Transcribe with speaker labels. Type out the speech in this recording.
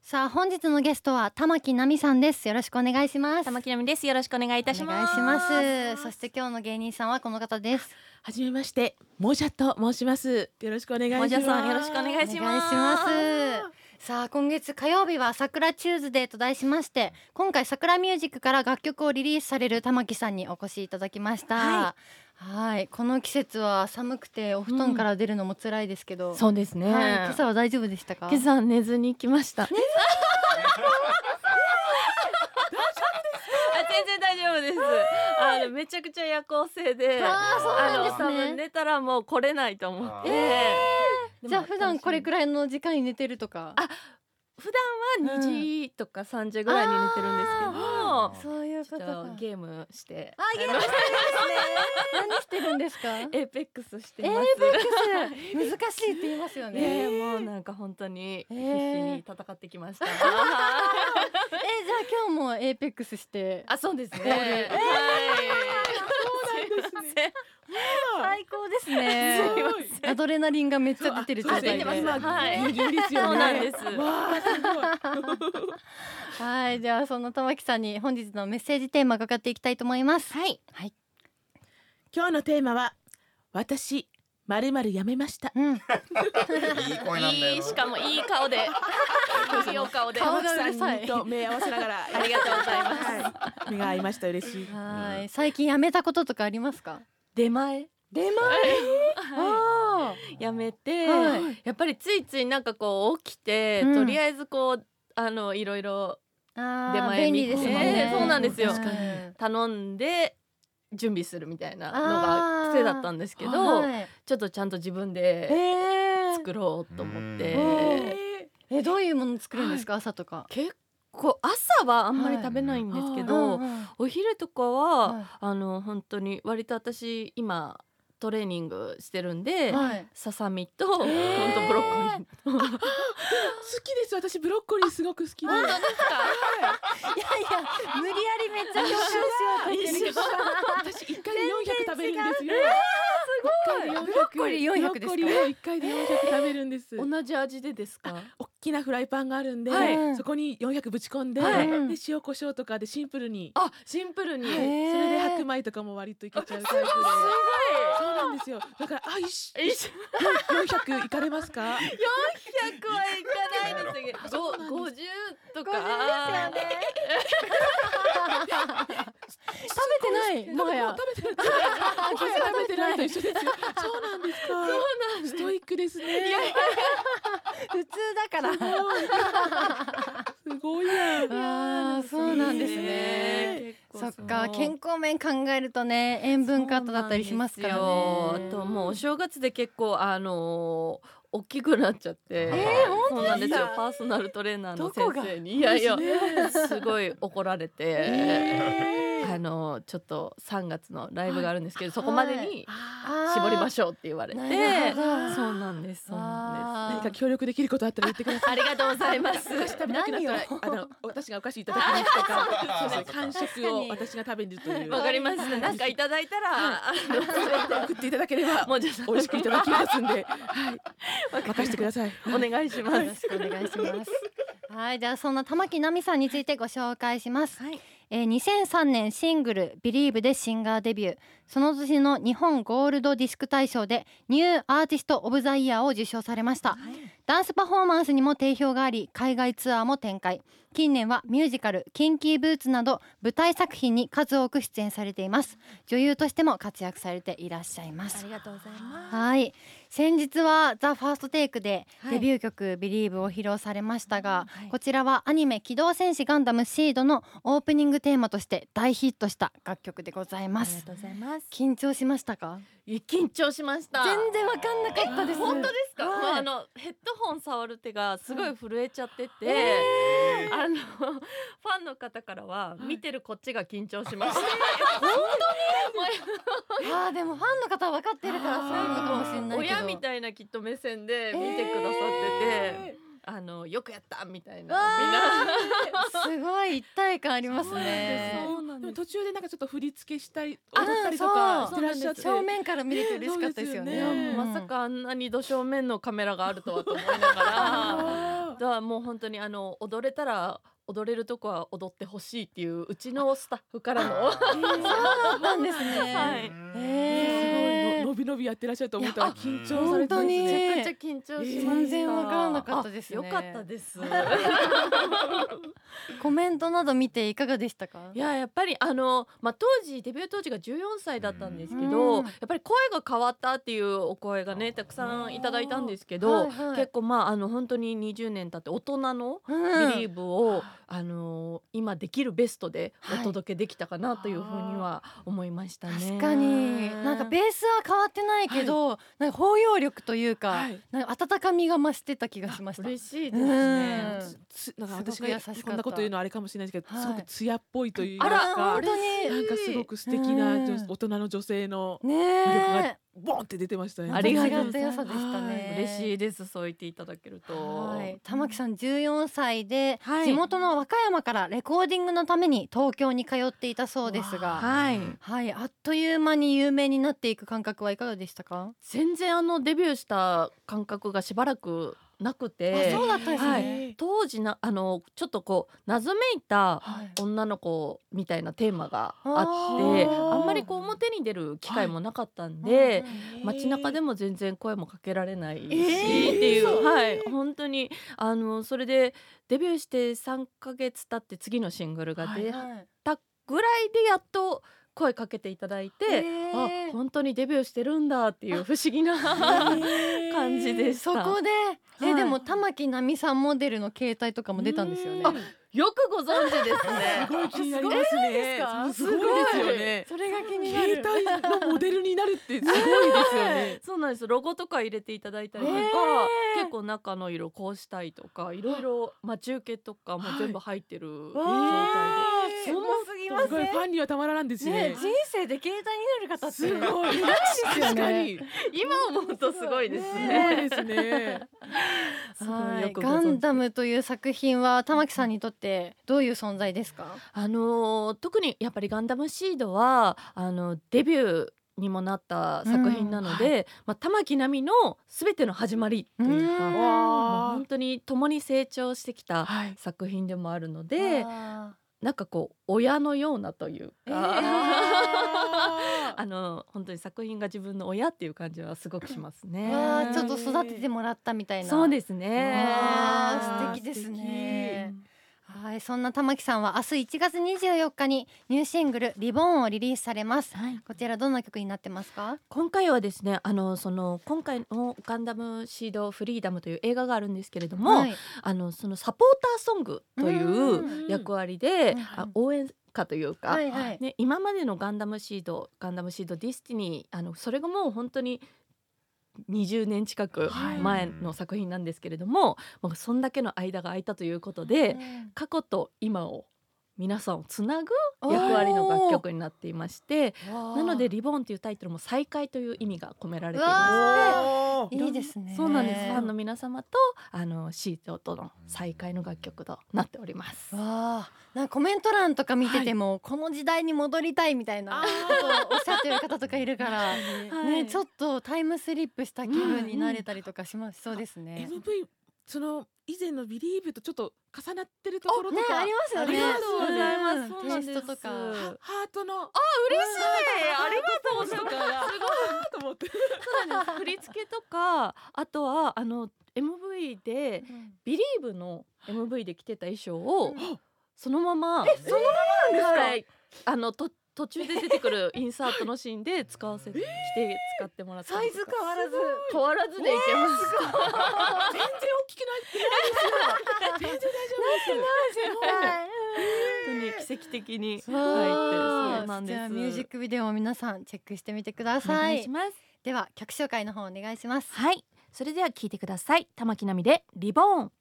Speaker 1: さあ本日のゲストは玉木奈美さんですよろしくお願いします
Speaker 2: 玉木奈美ですよろしくお願いいたします
Speaker 1: お願いしますそして今日の芸人さんはこの方です
Speaker 3: はじめましてモジャと申しますよろしくお願いします
Speaker 2: モジャさんよろしくお願いします
Speaker 1: お願いしますさあ今月火曜日は「桜チューズデー」と題しまして今回桜ミュージックから楽曲をリリースされる玉木さんにお越しいただきましたはいこの季節は寒くてお布団から出るのも辛いですけど、
Speaker 3: そうですね、
Speaker 1: はい今朝は大丈夫でしたか
Speaker 3: 今朝寝ずに来ました
Speaker 2: あ全然大丈夫ですあのめちゃくちゃ夜行性で
Speaker 1: あーそうな
Speaker 2: あ
Speaker 1: ん
Speaker 2: の
Speaker 1: です
Speaker 2: 多分
Speaker 1: ね
Speaker 2: 寝たらもう来れないと思って、
Speaker 1: え
Speaker 3: でも
Speaker 1: じゃあ普段これくらいの時間に寝てるとか
Speaker 2: あ普段は2時とか3時ぐらいに寝てるんです
Speaker 1: そういうこ
Speaker 2: け
Speaker 1: と
Speaker 2: ど、
Speaker 1: か
Speaker 2: ちょっとゲームして
Speaker 1: あゲームしてるんですね何してるんですか
Speaker 2: エーペックスして
Speaker 1: エーペ
Speaker 2: ます
Speaker 1: ックス難しいって言いますよね
Speaker 2: ねえもうなんか本当に必死に戦ってきました、
Speaker 1: えじゃあ今日もエーペックスして
Speaker 2: あそうですね、
Speaker 1: ール
Speaker 2: はいそうなんですね
Speaker 1: 最高ですね
Speaker 2: すいません
Speaker 1: アドレナリンがめっちゃ出てる状態
Speaker 2: あ出
Speaker 1: で
Speaker 2: てますはい
Speaker 3: ギリギリですよね
Speaker 2: そうなんです
Speaker 3: わあすごい
Speaker 1: はいじゃあその玉木さんに本日のメッセージテーマ伺っていきたいと思います
Speaker 2: はい
Speaker 1: はい
Speaker 3: 今日のテーマは私まるまるやめました
Speaker 1: うん
Speaker 4: いい声なんだよ
Speaker 2: いいしかもいい顔でいいお顔で
Speaker 1: 顔
Speaker 3: 玉
Speaker 1: が
Speaker 3: 木
Speaker 1: う
Speaker 3: さ
Speaker 1: るさい
Speaker 3: んにと目合わせながら
Speaker 2: ありがとうございます
Speaker 3: はい目が合いました嬉しい
Speaker 1: はい最近やめたこととかありますか
Speaker 2: 出前
Speaker 1: 出前あー
Speaker 2: やめて、
Speaker 1: はい
Speaker 2: やっぱりついついなんかこう起きて、
Speaker 1: うん
Speaker 2: とりあえずこうあのいろいろ出
Speaker 1: あー
Speaker 2: 前
Speaker 1: 便
Speaker 2: に
Speaker 1: 利ですもんね
Speaker 2: えーそうなんですよ
Speaker 1: 確かに
Speaker 2: 頼んで準備するみたいなのが癖だったんですけど、
Speaker 1: はい
Speaker 2: ちょっとちゃんと自分で
Speaker 1: えー
Speaker 2: 作ろうと思って、
Speaker 4: うん
Speaker 1: えどういうもの作るんですか朝とか
Speaker 2: 結構朝はあんまり食べないんですけど、
Speaker 1: うんうん
Speaker 2: お昼とかは、
Speaker 1: はい
Speaker 2: あの本当に割と私今トレーニングしてるんで、
Speaker 1: はい
Speaker 2: ささみと本当ブロッコリー
Speaker 3: 好きです私ブロッコリーすごく好きで
Speaker 2: 本当ですか
Speaker 1: いやいや無理やりめっちゃ共感しようと言ってるけど
Speaker 3: 私一回で400食べるんですよ。えー、すごい。
Speaker 1: ブロッコリー400ですか
Speaker 3: ブロッコリーを一回で400食べるんです。
Speaker 2: 同じ味でですか
Speaker 3: 大きなフライパンがあるんで、
Speaker 1: はい
Speaker 3: そこに400ぶち込んで、
Speaker 2: はい
Speaker 3: で塩コショウとかでシンプルに、
Speaker 2: あシンプルに、
Speaker 3: はい
Speaker 1: へー
Speaker 3: それで白米とかも割といけちゃうタイプで。そうなんですよ。だからあいし
Speaker 2: ごい一緒
Speaker 3: 400いかれますか？
Speaker 2: 100はいかないですけどご50とか
Speaker 1: 食べてないもはや
Speaker 3: 食べてない。おかず食べてないと一緒ですよ。そうなんですか。
Speaker 2: そうなんです
Speaker 3: ストイックですね。
Speaker 1: 普通だから
Speaker 3: すごいすごいやん。
Speaker 1: あーそうなんですね
Speaker 2: ね
Speaker 1: そっか健康面考えるとね塩分カットだったりしますから
Speaker 2: そうなん
Speaker 1: ね
Speaker 2: ですよあともうお正月で結構あのー大きくなっちゃって、
Speaker 4: えー
Speaker 2: そうなんですよパーソナルトレーナーの先生にい
Speaker 3: ど
Speaker 2: や
Speaker 3: こが
Speaker 2: いや
Speaker 3: です
Speaker 2: すごい怒られて、
Speaker 3: えー
Speaker 2: あのーちょっと3月のライブがあるんですけど、そこまでに
Speaker 1: あー
Speaker 2: 絞りましょうって言われて、
Speaker 1: なるほど
Speaker 2: そうなんですそうなん
Speaker 1: あ
Speaker 3: 何か協力できることあったら言ってくだ
Speaker 2: です
Speaker 3: さ
Speaker 2: あ
Speaker 3: い。
Speaker 2: りがとうござい ます
Speaker 3: お菓子食べなくなったら
Speaker 1: 何を
Speaker 3: あの私がお菓子いただきますとか、そうそう完食を
Speaker 1: 確かに
Speaker 3: 私が食べるという。
Speaker 2: わかりましたなんかいただいたら、
Speaker 3: 送っていただけれ
Speaker 2: あの
Speaker 3: ば
Speaker 2: もうじゃあ
Speaker 3: 美味しくいただきますんで、はい任してください。
Speaker 2: お願いします
Speaker 1: よろしくお願いし ます。はい、じゃあそんな玉木奈美さんについてご紹介します。
Speaker 2: はい
Speaker 1: えー2003年シングル「Believe」でシンガーデビューその年の日本ゴールドディスク大賞でニューアーティスト・オブ・ザ・イヤーを受賞されました、ダンスパフォーマンスにも定評があり海外ツアーも展開近年はミュージカル「キンキーブーツ」など舞台作品に数多く出演されています女優としても活躍されていらっしゃいます
Speaker 2: りがとうございま
Speaker 1: はい先日は「ザ・ファーストテイクで
Speaker 2: はい
Speaker 1: デビュー曲「Believe」を披露されましたが、
Speaker 2: はい
Speaker 1: こちらはアニメ「機動戦士ガンダムシードのオープニングテーマとして大ヒットした楽曲でございま
Speaker 2: あり
Speaker 1: す
Speaker 2: がとうございます
Speaker 1: 緊張しましたか
Speaker 2: いや緊張しました
Speaker 1: 全然わかんなかったです
Speaker 2: 本当ですか、
Speaker 1: はい
Speaker 2: もうあのヘッドホン触る手がすごい震えちゃってて、あの ファンの方からは見てるこっちが緊張しました、
Speaker 1: あーでもファンの方は分かってるからそういうのかもしれないけど
Speaker 2: 親みたいなきっと目線で見てくださってて、あのよくやったみたいなみんな
Speaker 1: すごい一体感ありますね
Speaker 2: そうなん
Speaker 3: で
Speaker 2: で
Speaker 3: も
Speaker 2: す
Speaker 3: 途中でなんかちょっと振り付けしたり
Speaker 1: あ
Speaker 3: 踊ったりとかしてらっしゃって、
Speaker 1: 正面から見れて嬉しかったですよ
Speaker 3: そう
Speaker 1: ね
Speaker 3: ですよね
Speaker 1: うん
Speaker 2: まさかあんなに土正面のカメラがあるとはと思いながら
Speaker 3: あー
Speaker 2: とはもう本当にあの踊れたら踊れるとこは踊ってほしいっていううちのスタッフから の
Speaker 1: そうなんですね。
Speaker 2: はい
Speaker 3: すご
Speaker 1: えー
Speaker 3: いののびのびやってらっしゃると思った
Speaker 2: い
Speaker 3: ら
Speaker 2: や
Speaker 3: 緊張されてます
Speaker 1: 本当に
Speaker 3: ね。
Speaker 2: めちゃくちゃ緊張しました
Speaker 1: 全然わからなかったですね
Speaker 2: あよかったです。
Speaker 1: コメントなど見ていかがでしたか？
Speaker 2: いややっぱりあの、まあ、当時デビュー当時が14歳だったんですけど、
Speaker 1: うん
Speaker 2: やっぱり声が変わったっていうお声がねたくさんいただいたんですけ
Speaker 1: は
Speaker 2: ど、
Speaker 1: いはい
Speaker 2: 結構まああの本当に20年経って大人の
Speaker 1: うん
Speaker 2: ビリーブを、あの今できるベストで
Speaker 1: はい
Speaker 2: お届けできたかなというふうには思いましたね。
Speaker 1: 確かになんかベースは変わってないけど、なんか包容力というか、
Speaker 3: はい
Speaker 1: なんか温かみが増してた気がしました。
Speaker 2: 嬉しいで
Speaker 1: う
Speaker 2: すね。
Speaker 1: ん
Speaker 3: つなんか
Speaker 1: すごく
Speaker 3: 私
Speaker 1: 優
Speaker 3: が
Speaker 1: しかった
Speaker 3: こんなこと言うのあれかもしれないですけど、すご
Speaker 1: は
Speaker 3: く
Speaker 1: い
Speaker 3: 艶っぽいという
Speaker 1: あ
Speaker 3: からな
Speaker 1: 本
Speaker 3: ん
Speaker 1: 当に
Speaker 3: かすごく素敵な女
Speaker 1: うん
Speaker 3: 大人の女性の
Speaker 1: ね
Speaker 3: 魅力
Speaker 1: え
Speaker 3: がボンって出てまし たね。
Speaker 2: ありがとう
Speaker 1: ま
Speaker 2: ご
Speaker 1: た
Speaker 2: ざい
Speaker 1: 違
Speaker 2: ま
Speaker 1: っ
Speaker 2: す
Speaker 1: た良さでしたね。
Speaker 2: 嬉し
Speaker 1: い。
Speaker 2: いですそう言っていただけると。
Speaker 1: はい、玉木さん14歳で、
Speaker 2: はい
Speaker 1: 地元の和歌山からレコーディングのために東京に通っていたそうですが、
Speaker 2: はい
Speaker 1: はい、あっという間に有名になっていく感覚はいかがでしたか？
Speaker 2: 全然あのデビューした感覚がしばらくなくて
Speaker 1: あそうだったんですね
Speaker 2: はい、当時なあのちょっとこう謎めいた
Speaker 1: はい
Speaker 2: 女の子みたいなテーマが
Speaker 1: あ
Speaker 2: あって
Speaker 1: ー
Speaker 2: あんまりこう表に出る機会もなかったんで、街中で
Speaker 3: も
Speaker 2: も全然声もかけられないし、
Speaker 1: えー
Speaker 2: っていう、
Speaker 1: そう
Speaker 2: はい、本当にあのそれでデビューして3ヶ月経って次のシングルが出
Speaker 1: はい
Speaker 2: たぐらいでやっと声かけていただいて、
Speaker 1: えー
Speaker 2: あ本当にデビューしてるんだっていう不思議な感じでした。
Speaker 1: そこで、え
Speaker 2: はい
Speaker 1: でも玉木奈美さんモデルの携帯とかも出たんですよね。
Speaker 3: あ
Speaker 2: よくご存知ですね
Speaker 3: す。ごい気になりますね。
Speaker 1: す
Speaker 3: す
Speaker 1: ご
Speaker 3: ご
Speaker 1: いで
Speaker 3: いですす
Speaker 1: よ
Speaker 3: よ
Speaker 1: ね
Speaker 3: ね。
Speaker 1: それが気になる。
Speaker 3: 携帯のモデルになるってすごいですよね。
Speaker 2: そうなんですロゴとか入れていただいたりとか、
Speaker 1: えー
Speaker 2: 結構中の色こうしたいとかいろいろ待ち受けとかも全部入ってる状態で、
Speaker 1: わー
Speaker 3: えー
Speaker 1: すごすぎます
Speaker 3: ごいファ
Speaker 1: ね。
Speaker 3: ンにはたまらんです
Speaker 1: ね
Speaker 3: ね。
Speaker 1: 人生で携帯になる方って
Speaker 3: すごい。
Speaker 1: いですよね
Speaker 3: 確かに。
Speaker 2: 今思うとすごいです
Speaker 3: す
Speaker 2: ね。
Speaker 3: ごいですね。
Speaker 2: すごい
Speaker 1: は
Speaker 2: よ
Speaker 1: い、
Speaker 2: くご
Speaker 1: ガ
Speaker 2: 存知
Speaker 1: ンダムという作品は玉木さんにとってどういう存在ですか？
Speaker 2: あのー特にやっぱり「ガンダムシードは」あのデビューにもなった作品なので、まあ、玉木奈美の全ての始まりというか
Speaker 1: うん
Speaker 2: もう
Speaker 3: わあ
Speaker 2: 本当に共に成長してきた
Speaker 3: はい。
Speaker 2: 作品でもあるので
Speaker 1: あ
Speaker 2: なんかこう親のようなというか、
Speaker 3: あ
Speaker 2: あの本当に作品が自分の親っていう感じはすごくします
Speaker 1: ー
Speaker 2: ね。
Speaker 1: わあ、ちょっと育ててもらったみたいな。。
Speaker 2: そうですすね
Speaker 1: わあ素敵ですね。はい、そんな玉木さんは明日1月24日にニューシングルリボンをリリースされます。
Speaker 2: はい
Speaker 1: こちらどんな曲になってますか？
Speaker 2: 今回はですねあのその今回の「ガンダムシードフリーダム」という映画があるんですけれども、
Speaker 1: はい
Speaker 2: あのそのサポーターソングと
Speaker 1: うん
Speaker 2: いう役割で、
Speaker 1: うん
Speaker 2: あ応援歌というか、
Speaker 1: はいはい
Speaker 2: ね、今までの「ガンダムシード」「ガンダムシードディスティニー」あのそれがもう本当に20年近く
Speaker 3: はい
Speaker 2: 前の作品なんですけれども、もうそんだけの間が空いたということで、過去と今を皆さんをつなぐ役割の楽曲になっていましてなので「リボン」というタイトルも再会という意味が込められていまして。
Speaker 3: あ
Speaker 1: いいですね。
Speaker 2: そうなんです。ファンの皆様とあのシートとの再会の楽曲となっております。
Speaker 1: わあ、なんかコメント欄とか見てても、この時代に戻りたいみたいなことをおっしゃってる方とかいるから、ね、ちょ
Speaker 2: っ
Speaker 1: っとタイムスリップした気分になれたりとかします。そうですね。
Speaker 3: MV その以前のビリーブとちょっと重なってるところと
Speaker 1: ね、
Speaker 3: か。
Speaker 1: ありますよ
Speaker 2: あり
Speaker 1: ね。
Speaker 2: がとうございます。
Speaker 1: うん
Speaker 2: そうなんです
Speaker 1: テイストとか。
Speaker 3: ハハートの。あ
Speaker 2: 嬉しい。ありがとう
Speaker 3: と
Speaker 2: す
Speaker 3: かが。
Speaker 2: ごい。
Speaker 3: あーと思って。
Speaker 2: 振り付けとか、あとはあの MV でビリーブの MV で着てた衣装をそのまま、え、そのままなんですか。はい、あのと途中で出てくるインサートのシーンで使わせて、着て使ってもらったりとか。
Speaker 1: わらず。
Speaker 2: 変わらずでいけます。
Speaker 3: 全然大きくない。全然大丈夫です。
Speaker 2: 本当に奇跡的に入ってる
Speaker 1: わ
Speaker 2: そうな
Speaker 1: あ
Speaker 2: ん
Speaker 1: じ
Speaker 2: です。
Speaker 1: ゃあミュージックビデオを皆さんチェックしてみてくだ
Speaker 2: お
Speaker 1: さ
Speaker 2: 願い
Speaker 1: い
Speaker 2: し。ます。
Speaker 1: では曲紹介の方お願いします。
Speaker 2: はい、それでは聞いてください。玉木奈美でリボーン。